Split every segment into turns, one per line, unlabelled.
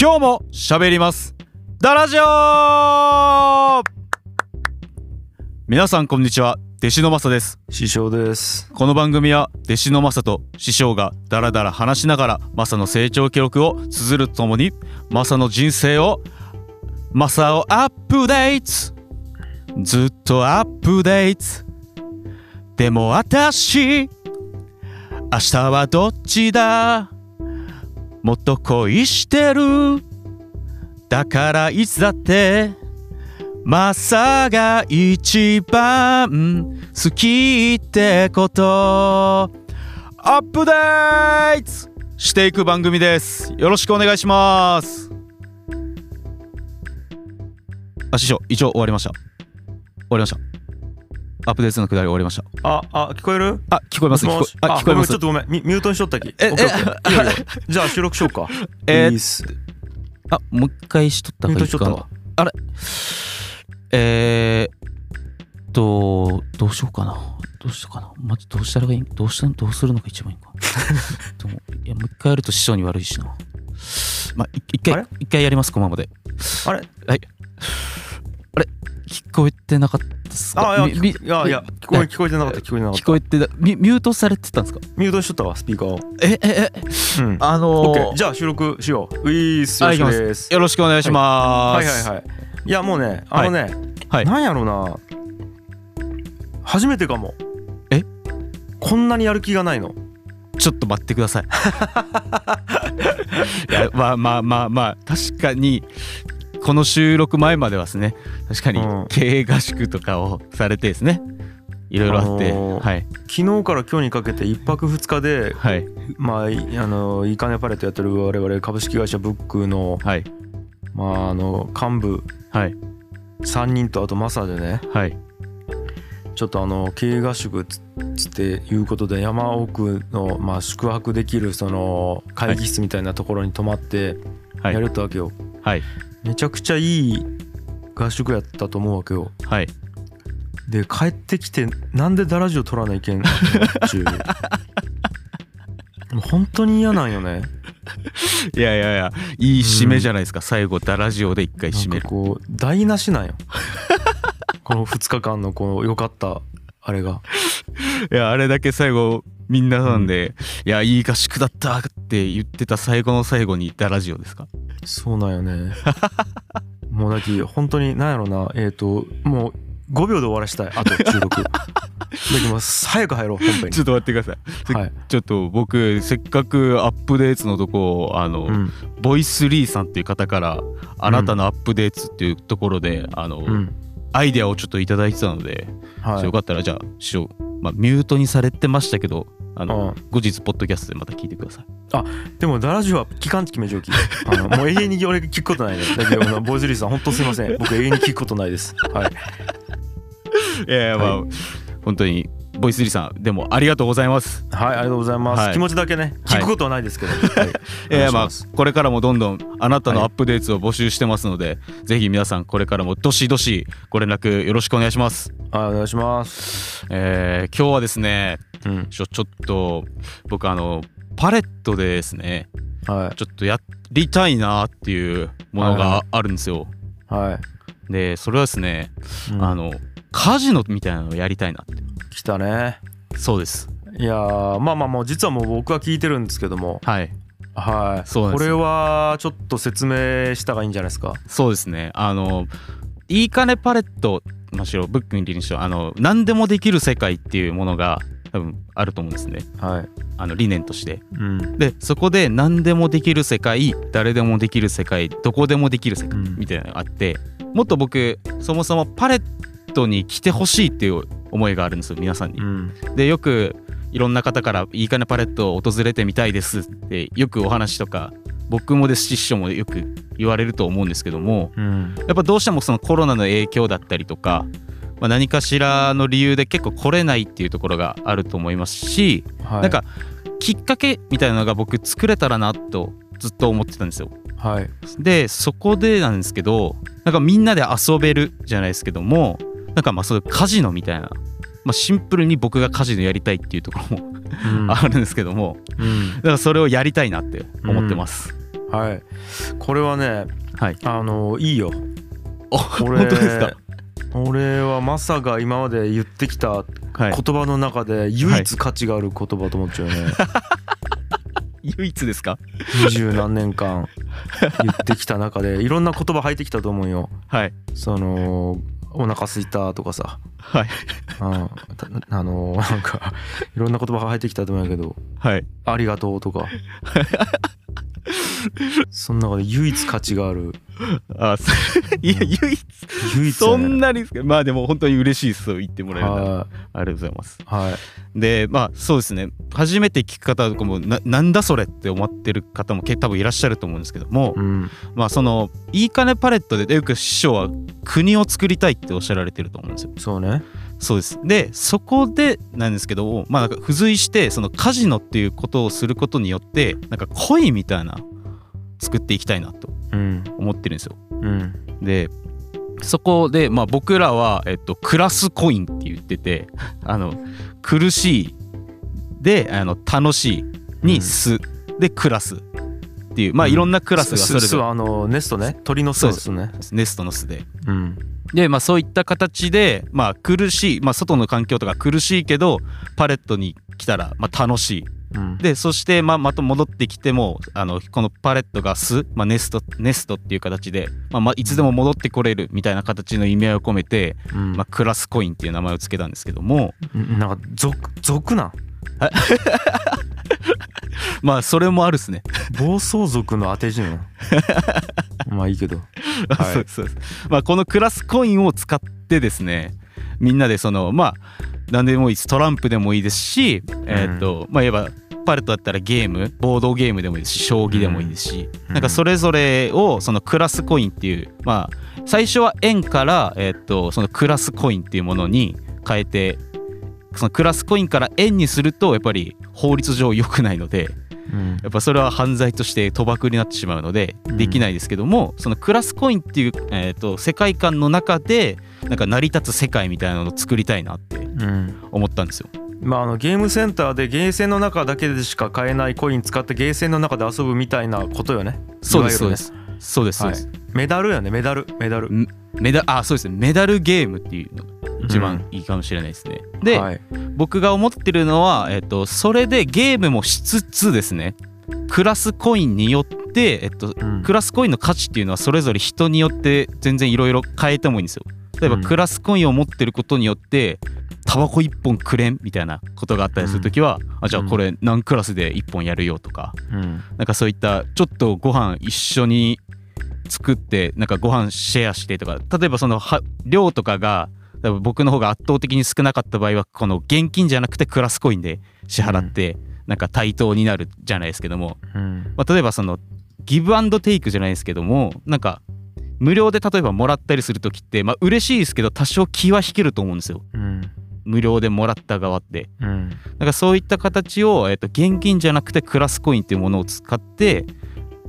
今日も喋りますダラジオ皆さんこんにちは弟子のマサです
師匠です。
この番組は弟子のマサと師匠がダラダラ話しながらマサの成長記録を綴るとともにマサの人生をマサをアップデートずっとアップデートでも私明日はどっちだもっと恋してるだからいつだってマサが一番好きってことアップデートしていく番組ですよろしくお願いしますあ師匠一応終わりました終わりましたアップデートのくだり終わりました
あ、あ、聞こえる
あ聞こえます聞こ
もし
えあ聞こえ
ごめ
ま
んちょ
す
っとごめん。ミミュートにしとったき。
え
オッケーオッケーいいよいいよじゃあ収録しようか。
え
いいっす。
あもう一回しとった
ミ
方がい
ュート
い
しと
か
っ
な
たわ。
えー、っと、どうしようかな。どうしようかな。まずどうしたらがいいどうしたどうするのが一番いいのか。 でもいやもう一回やると師匠に悪いしな。まあ、い一
あ
回
れ、
一回やります、このままで。
あれ
はい。あれ聞こえてなかったっすか
あ、いや、
み
聞こいや、いや、聞こえ、聞こえてなかった、聞こえてなかっ
聞
た。
こえてなミ、ミュートされてたんですか
ミュートにしとったわ、スピーカーを。
え、え、え、
うん。
あ
オ
の
ッケ
ー
ー。じゃあ収録しよう。ういーっす。よ
は
ろ
い行き
しく
ます
です。
よろしくお願いしま
はい
す。
はいはい。いや、もうね、あのね、
はい
なんやろうな。初めてかも。
え
こんなにやる気がないの。
ちょっと待ってください。 いやまあまあまあまあ確かにこの収録前まではですね確かに
うん
経営合宿とかをされてですねいろいろあって、
あのー
はい
昨日から今日にかけて一泊二日で、
はい
まあ、いあのいいかねパレットやってる我々株式会社ブックの,、
はい
まあ、あの幹部
はい
3人とあとマサでね
はい
ちょっとあの経営合宿つつっていうことで山奥の、まあ、宿泊できるその会議室みたいなところに泊まって
は
や
い
れたわけよ、
はい
めちゃくちゃいい合宿やったと思うわけよ
はい
で帰ってきてなんでダラジオ取らないけんのっていう もう本当に嫌なんよね
いやいやいやいい締めじゃないですか、最後ダラジオで一回締
な
め
ん
る
かこう台無しなんよ この2日間のこう良かったあれが
いやあれだけ最後みんななんで、いやいい合宿だったって言ってた最後の最後にダラジオですか
そうなん よねもうだき本当に何やろなえっ、ともう5秒で終わらしたいあと 収録だきもう早く入ろう本編
ちょっと待ってください
にはい、
ちょっと僕せっかくアップデートのとこをあの、
うん
ボイスリーさんっていう方からあなたのアップデートっていうところで、あの、
うん
アイデアをちょっといただいてたので、
はい
よかったらじゃあ師匠、まあ、ミュートにされてましたけどあの、
うん
後日ポッドキャストでまた聞いてください
でもダラジオは期間値決め 上記あのもう永遠に俺聞くことないですだけどあのボイズリーさん本当すいません僕永遠に聞くことないですはい
いやいやまあ、本当にボイスリーさんでもありがとうございます
はいありがとうございます、
はい
気持ちだけね聞くことはないですけど、はい
いやいや
お願いし
ま
ま
あ
す
これからもどんどんあなたのアップデートを募集してますので、ぜひ皆さんこれからもどしどしご連絡よろしくお願いします、
はいお願いします
えー今日はですね
うん
ちょちょっと僕あのパレットでですね
はい
ちょっとやりたいなっていうものがあるんですよ。
は
でそれはですね、
い、
あのカジノみたいなのをやりたいなって
来たね
そうです
いやーまあまあもう実はもう僕は聞いてるんですけども
はい
はい
そうなん
こ
です
れ
よ
はちょっと説明した方がいいんじゃないですか
そうですねあのいいかねパレットまあしろブックにリにしろあの何でもできる世界っていうものが多分あると思うんですね
はい
あの理念として
うん
でそこで何でもできる世界誰でもできる世界どこでもできる世界
うん
みたいなのがあってもっと僕そもそもパレットに来てほしいっていう思いがあるんですよ皆さんに
う。ん
でよくいろんな方から「いいかねパレットを訪れてみたいです」ってよくお話とか僕もですし師匠もよく言われると思うんですけども
うん
やっぱどうしてもそのコロナの影響だったりとか、まあ、何かしらの理由で結構来れないっていうところがあると思いますし。
はい
なんかきっかけみたいなのが僕作れたらなとずっと思ってたんですよ。
はい
でそこでなんですけどなんかみんなで遊べるじゃないですけどもなんかまあそういうカジノみたいな、まあ、シンプルに僕がカジノやりたいっていうところも
うん
あるんですけども
うん
だからそれをやりたいなって思ってます。
はいこれはね
はい
あのいいよ
お
俺
本当ですか
俺はマサが今まで言ってきた
はい
言葉の中で唯一価値がある言葉と思っちゃ うよね、
唯一ですか
二十何年間言ってきた中でいろんな言葉入ってきたと思うよ
はい
そのお腹すいたとかさ、
はい
うん、たあのなんかいろんな言葉が入ってきたと思うんやけど
はい
ありがとう とかその中で唯一価値がある
あ そいや
うん
唯一
唯一
そ
やね
んなにですかまあでも本当に嬉しいですそう言ってもらえるなら
は
ありがとうございます
いはい
でまあそうですね初めて聞く方とかもななんだそれって思ってる方も結多分いらっしゃると思うんですけども、
うん
まあそのいいかねパレットでよく師匠は国を作りたいっておっしゃられてると思うんですよ
そうね
そうですでそこでなんですけどまあなんか付随してそのカジノっていうことをすることによってなんか恋みたいな作っていきたいなと
うん
思ってるんですよ
うん
でそこで、まあ、僕らは、えっと、クラスコインって言っててあの苦しいであの楽しい
うん
にす、でクラスっていうまあ
うん
いろんなクラスがそれ
すす
ぞ
はあのネストね鳥の巣ですね
れネストの巣で
うん
で、まあ、そういった形で、まあ、苦しい、まあ、外の環境とか苦しいけどパレットに来たら、まあ、楽しい
うん
でそしてまあまた戻ってきてもあのこのパレットが巣、まあ、ネストネストっていう形で、まあ、まあいつでも戻ってこれるみたいな形の意味合いを込めて、
うん
まあ、クラスコインっていう名前を付けたんですけども
うんなんか俗俗なん
まあそれもあるっすね。
暴走族の当て字なの まあいいけどい
そうですそうですまあこのクラスコインを使ってですねみんなでそのまあ何でもいいですトランプでもいいですし、えーっとまあいえばパレットだったらゲームボードゲームでもいいですし将棋でもいいですし、
うん
なんかそれぞれをそのクラスコインっていうまあ最初は円から、えーっとそのクラスコインっていうものに変えてそのクラスコインから円にするとやっぱり法律上良くないので。
うん
やっぱそれは犯罪として賭博になってしまうので
うん
できないですけども、そのクラスコインっていう、えー、と世界観の中でなんか成り立つ世界みたいなのを作りたいなって
うん
思ったんですよ。
まあ、あのゲームセンターでゲーセンの中だけでしか買えないコイン使ってゲーセンの中で遊ぶみたいなことよね
そうです
い
そうで
わゆるね
すそうですそうです、
メダルよねメダルメダル
メダあそうですねメダルゲームっていうのが一番いいかもしれないですね。で、
はい
僕が思ってるのは、えっとそれでゲームもしつつですねクラスコインによって、えっと
うん
クラスコインの価値っていうのはそれぞれ人によって全然いろいろ変えてもいいんですよ例えば
うん
クラスコインを持ってることによってタバコ1本くれんみたいなことがあったりするときは、あじゃあこれ何クラスで1本やるよとか
うん
なんかそういったちょっとご飯一緒に作ってなんかご飯シェアしてとか例えばそのは量とかが例えば僕の方が圧倒的に少なかった場合はこの現金じゃなくてクラスコインで支払ってなんか対等になるじゃないですけども
うん
まあ、例えばそのギブアンドテイクじゃないですけどもなんか無料で例えばもらったりする時ってまあ嬉しいですけど多少気は引けると思うんですよ
うん
無料でもらった側って
うん
なんかそういった形を、えっと現金じゃなくてクラスコインっていうものを使って、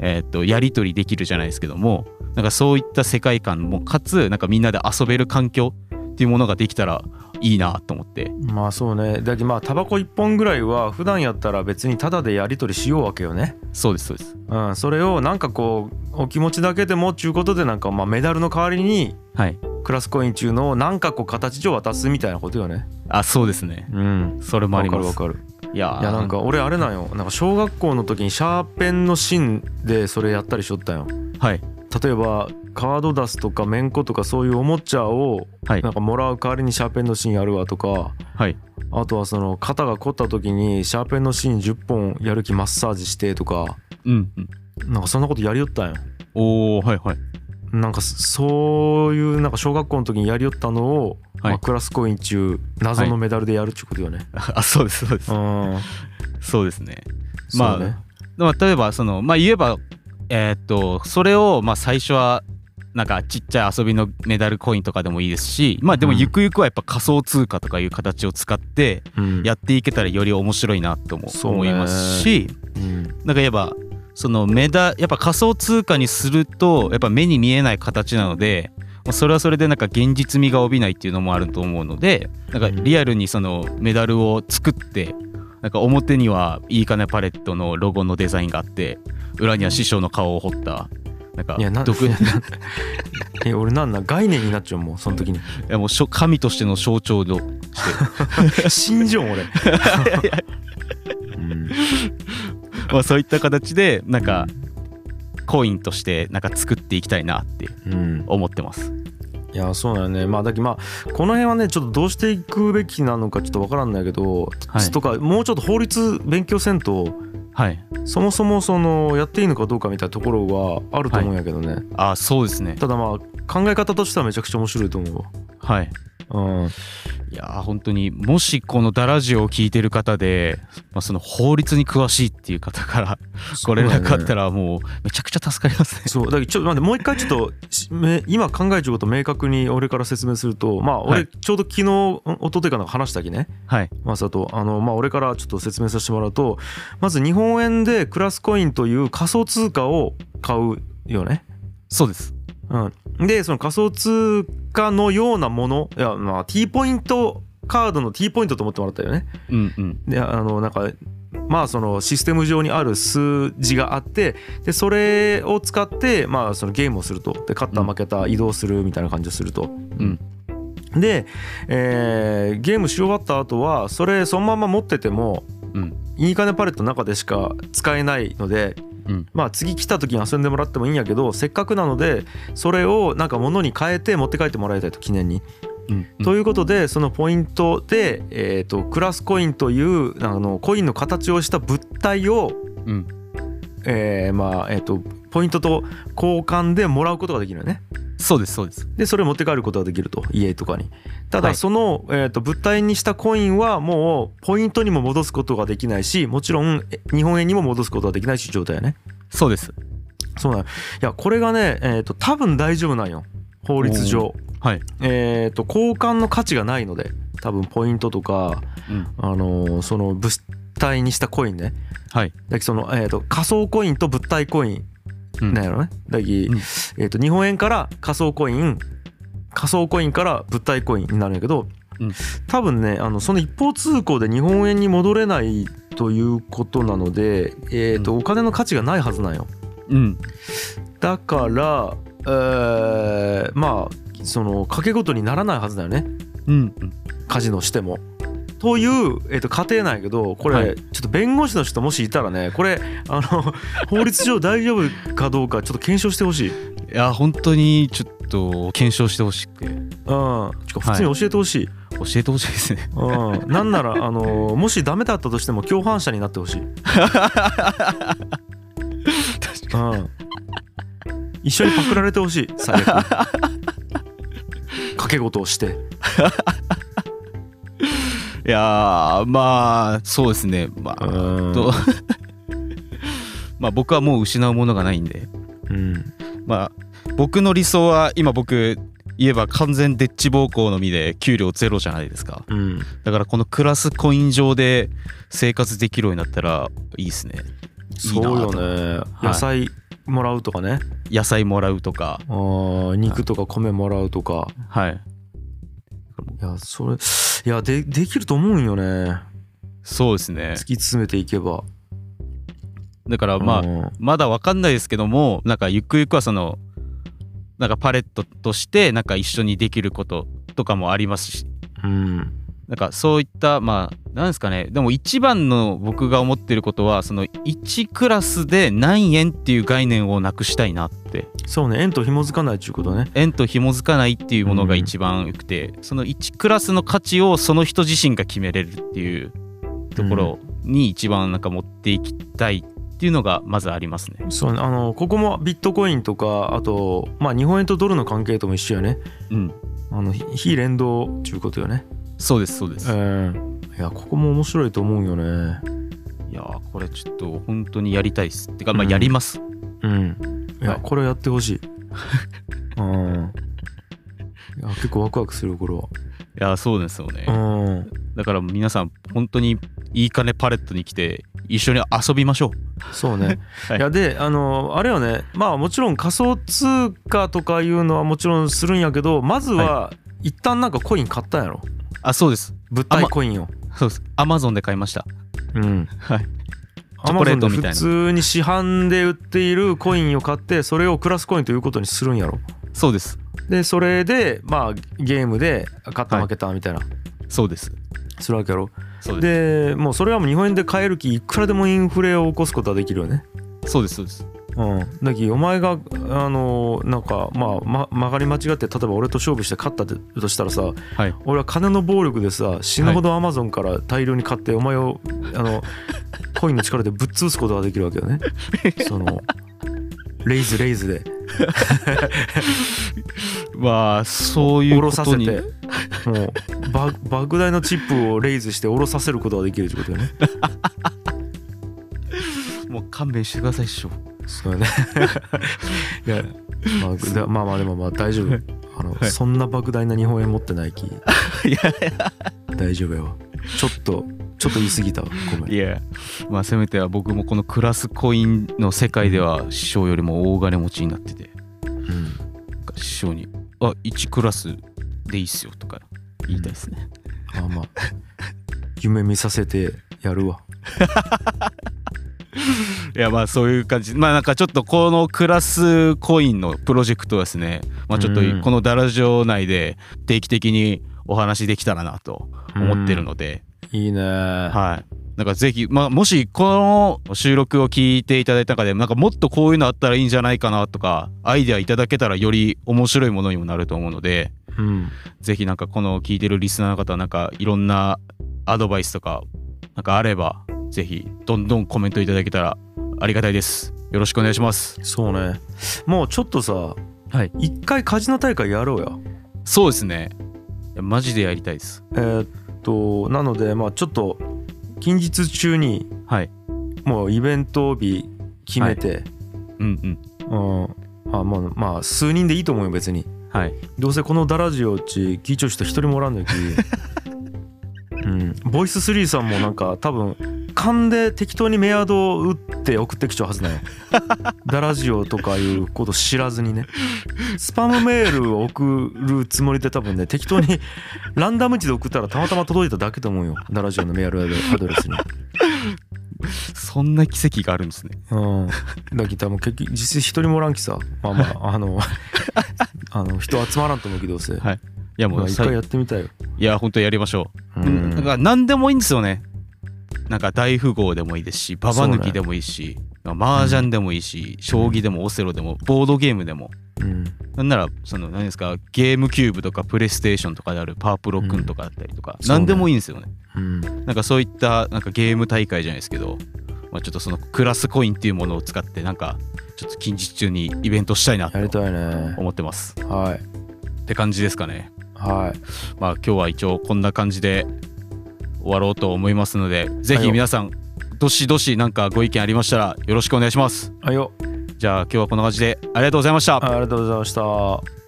えっとやり取りできるじゃないですけどもなんかそういった世界観もかつなんかみんなで遊べる環境っていうものができたらいいなと思って
まあそうねだけどまあタバコ1本ぐらいは普段やったら別にタダでやり取りしようわけよね
そうですそうです
うんそれをなんかこうお気持ちだけでもっちゅうことでなんかまあメダルの代わりに
はい
クラスコイン中のをなんかこう形上渡すみたいなことよね
あそうですね
うん
それもあ
わ
り
か
ま
る
す
わかる
いやー
いやなんか俺あれなんよなんか小学校の時にシャーペンの芯でそれやったりしとったんよ
はい
例えばカードダスとかメンコとかそういうおもちゃを
はい
なんかもらう代わりにシャーペンの芯やるわとか
はい
あとはその肩が凝った時にシャーペンの芯10本やる気マッサージしてとか
うんうん
なんかそんなことやりよったんよ
おおはい はい
なんかそういうなんか小学校の時にやりよったのを、
はい
まあクラスコイン中謎のメダルでやるっちゅうこ とよね、
あそうですそうです
うん
そうですね。ま
ま
あ
あね
まあ例えばそのまあ言えばえーっとそれをまあ最初はなんかちっちゃい遊びのメダルコインとかでもいいですしまあでも
うん
ゆくゆくはやっぱ仮想通貨とかいう形を使って
うん
やっていけたらより面白いなとも
そうね
思いますし、
うん
なんか言えばそのメダやっぱ仮想通貨にするとやっぱ目に見えない形なのでまあそれはそれでなんか現実味が帯びないっていうのもあると思うのでなんかリアルにそのメダルを作ってなんか表にはいいかねパレットのロゴのデザインがあって裏には師匠の顔を彫ったなんか
いやな
毒い
え俺なんなん概念になっちゃうもうその時に
やもうしょ神としての象徴の
死んじゃう俺うん
まあ、そういった形でなんかコインとしてなんか作っていきたいなって
うん
思ってます。
いやそうだよねまあだけどまあこの辺はねちょっとどうしていくべきなのかちょっとわからんないけど、
はい
とかもうちょっと法律勉強せんと
はい、
そもそもそのやっていいのかどうかみたいなところはあると思うんやけどね、
あそうですね。
ただまあ考え方としてはめちゃくちゃ面白いと思うわ
はい、
うん
いやー本当にもしこのダラジオを聞いてる方で、まあ、その法律に詳しいっていう方からご連絡あったらもうめちゃくちゃ助かりますね。
そうだけどちょっと待ってもう一回ちょっとしめ今考えてることを明確に俺から説明するとまあ
は
俺
い
ちょうど昨日お一昨日かなんか話したきね
はい
マサとあのまあ俺からちょっと説明させてもらうとまず日本円でクラスコインという仮想通貨を買うよね。
そうです。
うん、でその仮想通貨のようなものいやまあ T ポイントカードの T ポイントと思ってもらったよね。
うんうん
であのなんかまあそのシステム上にある数字があってでそれを使ってまあそのゲームをするとで勝った
うん
負けた移動するみたいな感じをすると。
うん
で、えーゲームし終わった後はそれそのまま持ってても
うん
いい金パレットの中でしか使えないので、
うん
まあ次来た時に遊んでもらってもいいんやけどせっかくなのでそれをなんか物に変えて持って帰ってもらいたいと記念に。
うんうん
ということでそのポイントで、えー、とクラスコインというあのコインの形をした物体を、
うん
えーまあえっ、とポイントと交換でもらうことができるよね。
そうですそうです。
でそれを持って帰ることができると家とかに。た
は
だ
い
その、えー、と物体にしたコインはもうポイントにも戻すことができないしもちろんえ日本円にも戻すことができないし状態よね。
そうです。
そうなのいやこれがね、えー、と多分大丈夫なんよ法律上。
はい。
えー、と交換の価値がないので多分ポイントとか、
うん
あのーその物体にしたコインね
はい。
だけどその、えー、と仮想コインと物体コイン
うん
なんやろね、だけど
うん
えー、と日本円から仮想コイン仮想コインから物体コインになるんやけど、
うん
多分ねあのその一方通行で日本円に戻れないということなので、えーとお金の価値がないはずなんよ。
うん
だから、えーまあその賭け事にならないはずだよね
うんうん
カジノしても。という、えっと、仮定なんやけどこれ、
はい
ちょっと弁護士の人もしいたらねこれあ の法律上大丈夫かどうかちょっと検証してほしい。うん、
いや本当にちょっと検証してほしくて
ちょっと普通に教えてほしい、
教えてほしいですね。
うん、なんならあのもしダメだったとしても共犯者になってほしい、う
確か
ん、一緒にパクられてほしい 最悪賭け事をして
いやーまあそうですねまあ、
うん
と まあ僕はもう失うものがないんで
うん
まあ僕の理想は今僕言えば完全デッチ暴行の身で給料ゼロじゃないですか
うん
だからこのクラスコイン上で生活できるようになったらいいですねい
そ
いうなと
よね
はい
野菜もらうとかね、
野菜もらうとか
あー肉とか米もらうとか
はい
いやそれいやでできると思うんよね
そうですね
突き詰めていけば
だからまあ
うん
まだわかんないですけどもなんかゆくゆくはそのなんかパレットとしてなんか一緒にできることとかもありますし
うん
なんかそういったまあなんですかねでも一番の僕が思ってることはその1クラスで何円っていう概念をなくしたいなって
そうね円と紐づかないっちゅうことね
円と紐づかないっていうものが一番よくて、その1クラスの価値をその人自身が決めれるっていうところに一番なんか持っていきたいっていうのがまずありますね。
そうねあのここもビットコインとかあとまあ日本円とドルの関係とも一緒よね
うん、
あのひ非連動っちゅうことよね
そうですそうです。
うんいやここも面白いと思うよね
いやーこれちょっと本当にやりたいっす。てかまあ
うん
やります。
うんいや
はい
これやってほ しいうんいや結構ワクワクするこれはい
やーそうですよね。
うん
だから皆さん本当にいい金パレットに来て一緒に遊びましょう。
そうね、
はい
い、やであのあれよねまあもちろん仮想通貨とかいうのはもちろんするんやけどまずは一旦なんかコイン買ったんやろ
あそうです。
物体コインを
そうです。アマゾンで買いました。
うん
はいチョ
ア
コ
マ
レ
ゾ
ー
ン
ト
で
みたいな
普通に市販で売っているコインを買ってそれをクラスコインということにするんやろ
そうです
でそれでまあゲームで勝った
はい
負けたみたいな、
そうです
するわけやろ
そうです
でもうそれはもう日本円で買えるきいくらでもインフレを起こすことはできるよね
そうですそうです
うん、だきお前があのなんか、まあ、ま曲がり間違って例えば俺と勝負して勝ったとしたらさ、
はい
俺は金の暴力でさ死ぬほどアマゾンから大量に買ってお前をあ のコインの力でぶっ潰すことができるわけよね。そのレイズレイズで
まあそうい
下
う
ろ
こ
さ
と
せ
に
てもうば莫大なチップをレイズして下ろさせることができるってこと よね。
もう勘弁してください師匠
そうねいや、まあだ、まあまあでもまあ大丈 夫あの、
はい
そんな莫大な日本円持ってないき
いや
大丈夫やわちょっとちょっと言い過ぎたわごめ
い
ん
やまあせめては僕もこのクラスコインの世界では師匠よりも大金持ちになってて
うん
師匠に「あ1クラスでいいっすよ」とか言いたいですね、
まあまあ夢見させてやるわ
いやまあそういう感じまあなんかちょっとこのクラスコインのプロジェクトはですねまあちょっと
うん
このダラジオ内で定期的にお話できたらなと 思ってるので、
いいね
はい。なんかぜひ、まあ、もしこの収録を聞いていただいた中でなんかもっとこういうのあったらいいんじゃないかなとかアイデアいただけたらより面白いものにもなると思うので
うん
ぜひなんかこの聞いてるリスナーの方なんかいろんなアドバイスとかなんかあればぜひどんどんコメントいただけたらありがたいです。よろしくお願いします。
そうねもうちょっとさ
はい。
一回カジノ大会やろうや
そうですね。いやマジでやりたいです。
えーっとなのでまあちょっと近日中に
はい。
もうイベント日決めて、
うんうん。
うんあまあまあ数人でいいと思うよ別に
はい。
どうせこのダラジオうち聞いちょう人一人もおらんの よきうん、ボイス3さんもなんか多分勘で適当にメアドを打って送ってきちゃう はずなんよダラジオとかいうこと知らずにねスパムメールを送るつもりで多分ね適当 にランダム値で送ったらたまたま届いただけと思うよダラジオのメールアド レスに
そんな奇跡があるんですね。
うん、だけど多分結局実際一人もおらんきさまあまあ あのあの人集まらんと思うけどどうせ、
はいいやも
まあ
う
一
さい
回やってみたいよ、
いや本当やりましょう。
う
でもなんか何でもいいんですよね。なんか大富豪でもいいですし、ババ抜きでもいいし、麻雀でもいいし、将棋でもオセロでも、ボードゲームでも、
うん、
なんなら、その、何ですか、ゲームキューブとか、プレイステーションとかであるパープロくんとかだったりとか、
うん
何でもいいんですよね。
うん、
なんかそういった、なんかゲーム大会じゃないですけど、まあ、ちょっとそのクラスコインっていうものを使って、なんか、ちょっと近日中にイベントしたいな
やり
と
たいね
思ってます。
はい
って感じですかね。
はい
まあ今日は一応こんな感じで終わろうと思いますので、ぜひ皆さん、どしどしなんかご意見ありましたらよろしくお願いします。
あよ
じゃあ今日はこんな感じでありがとうございました。
あありがとうございました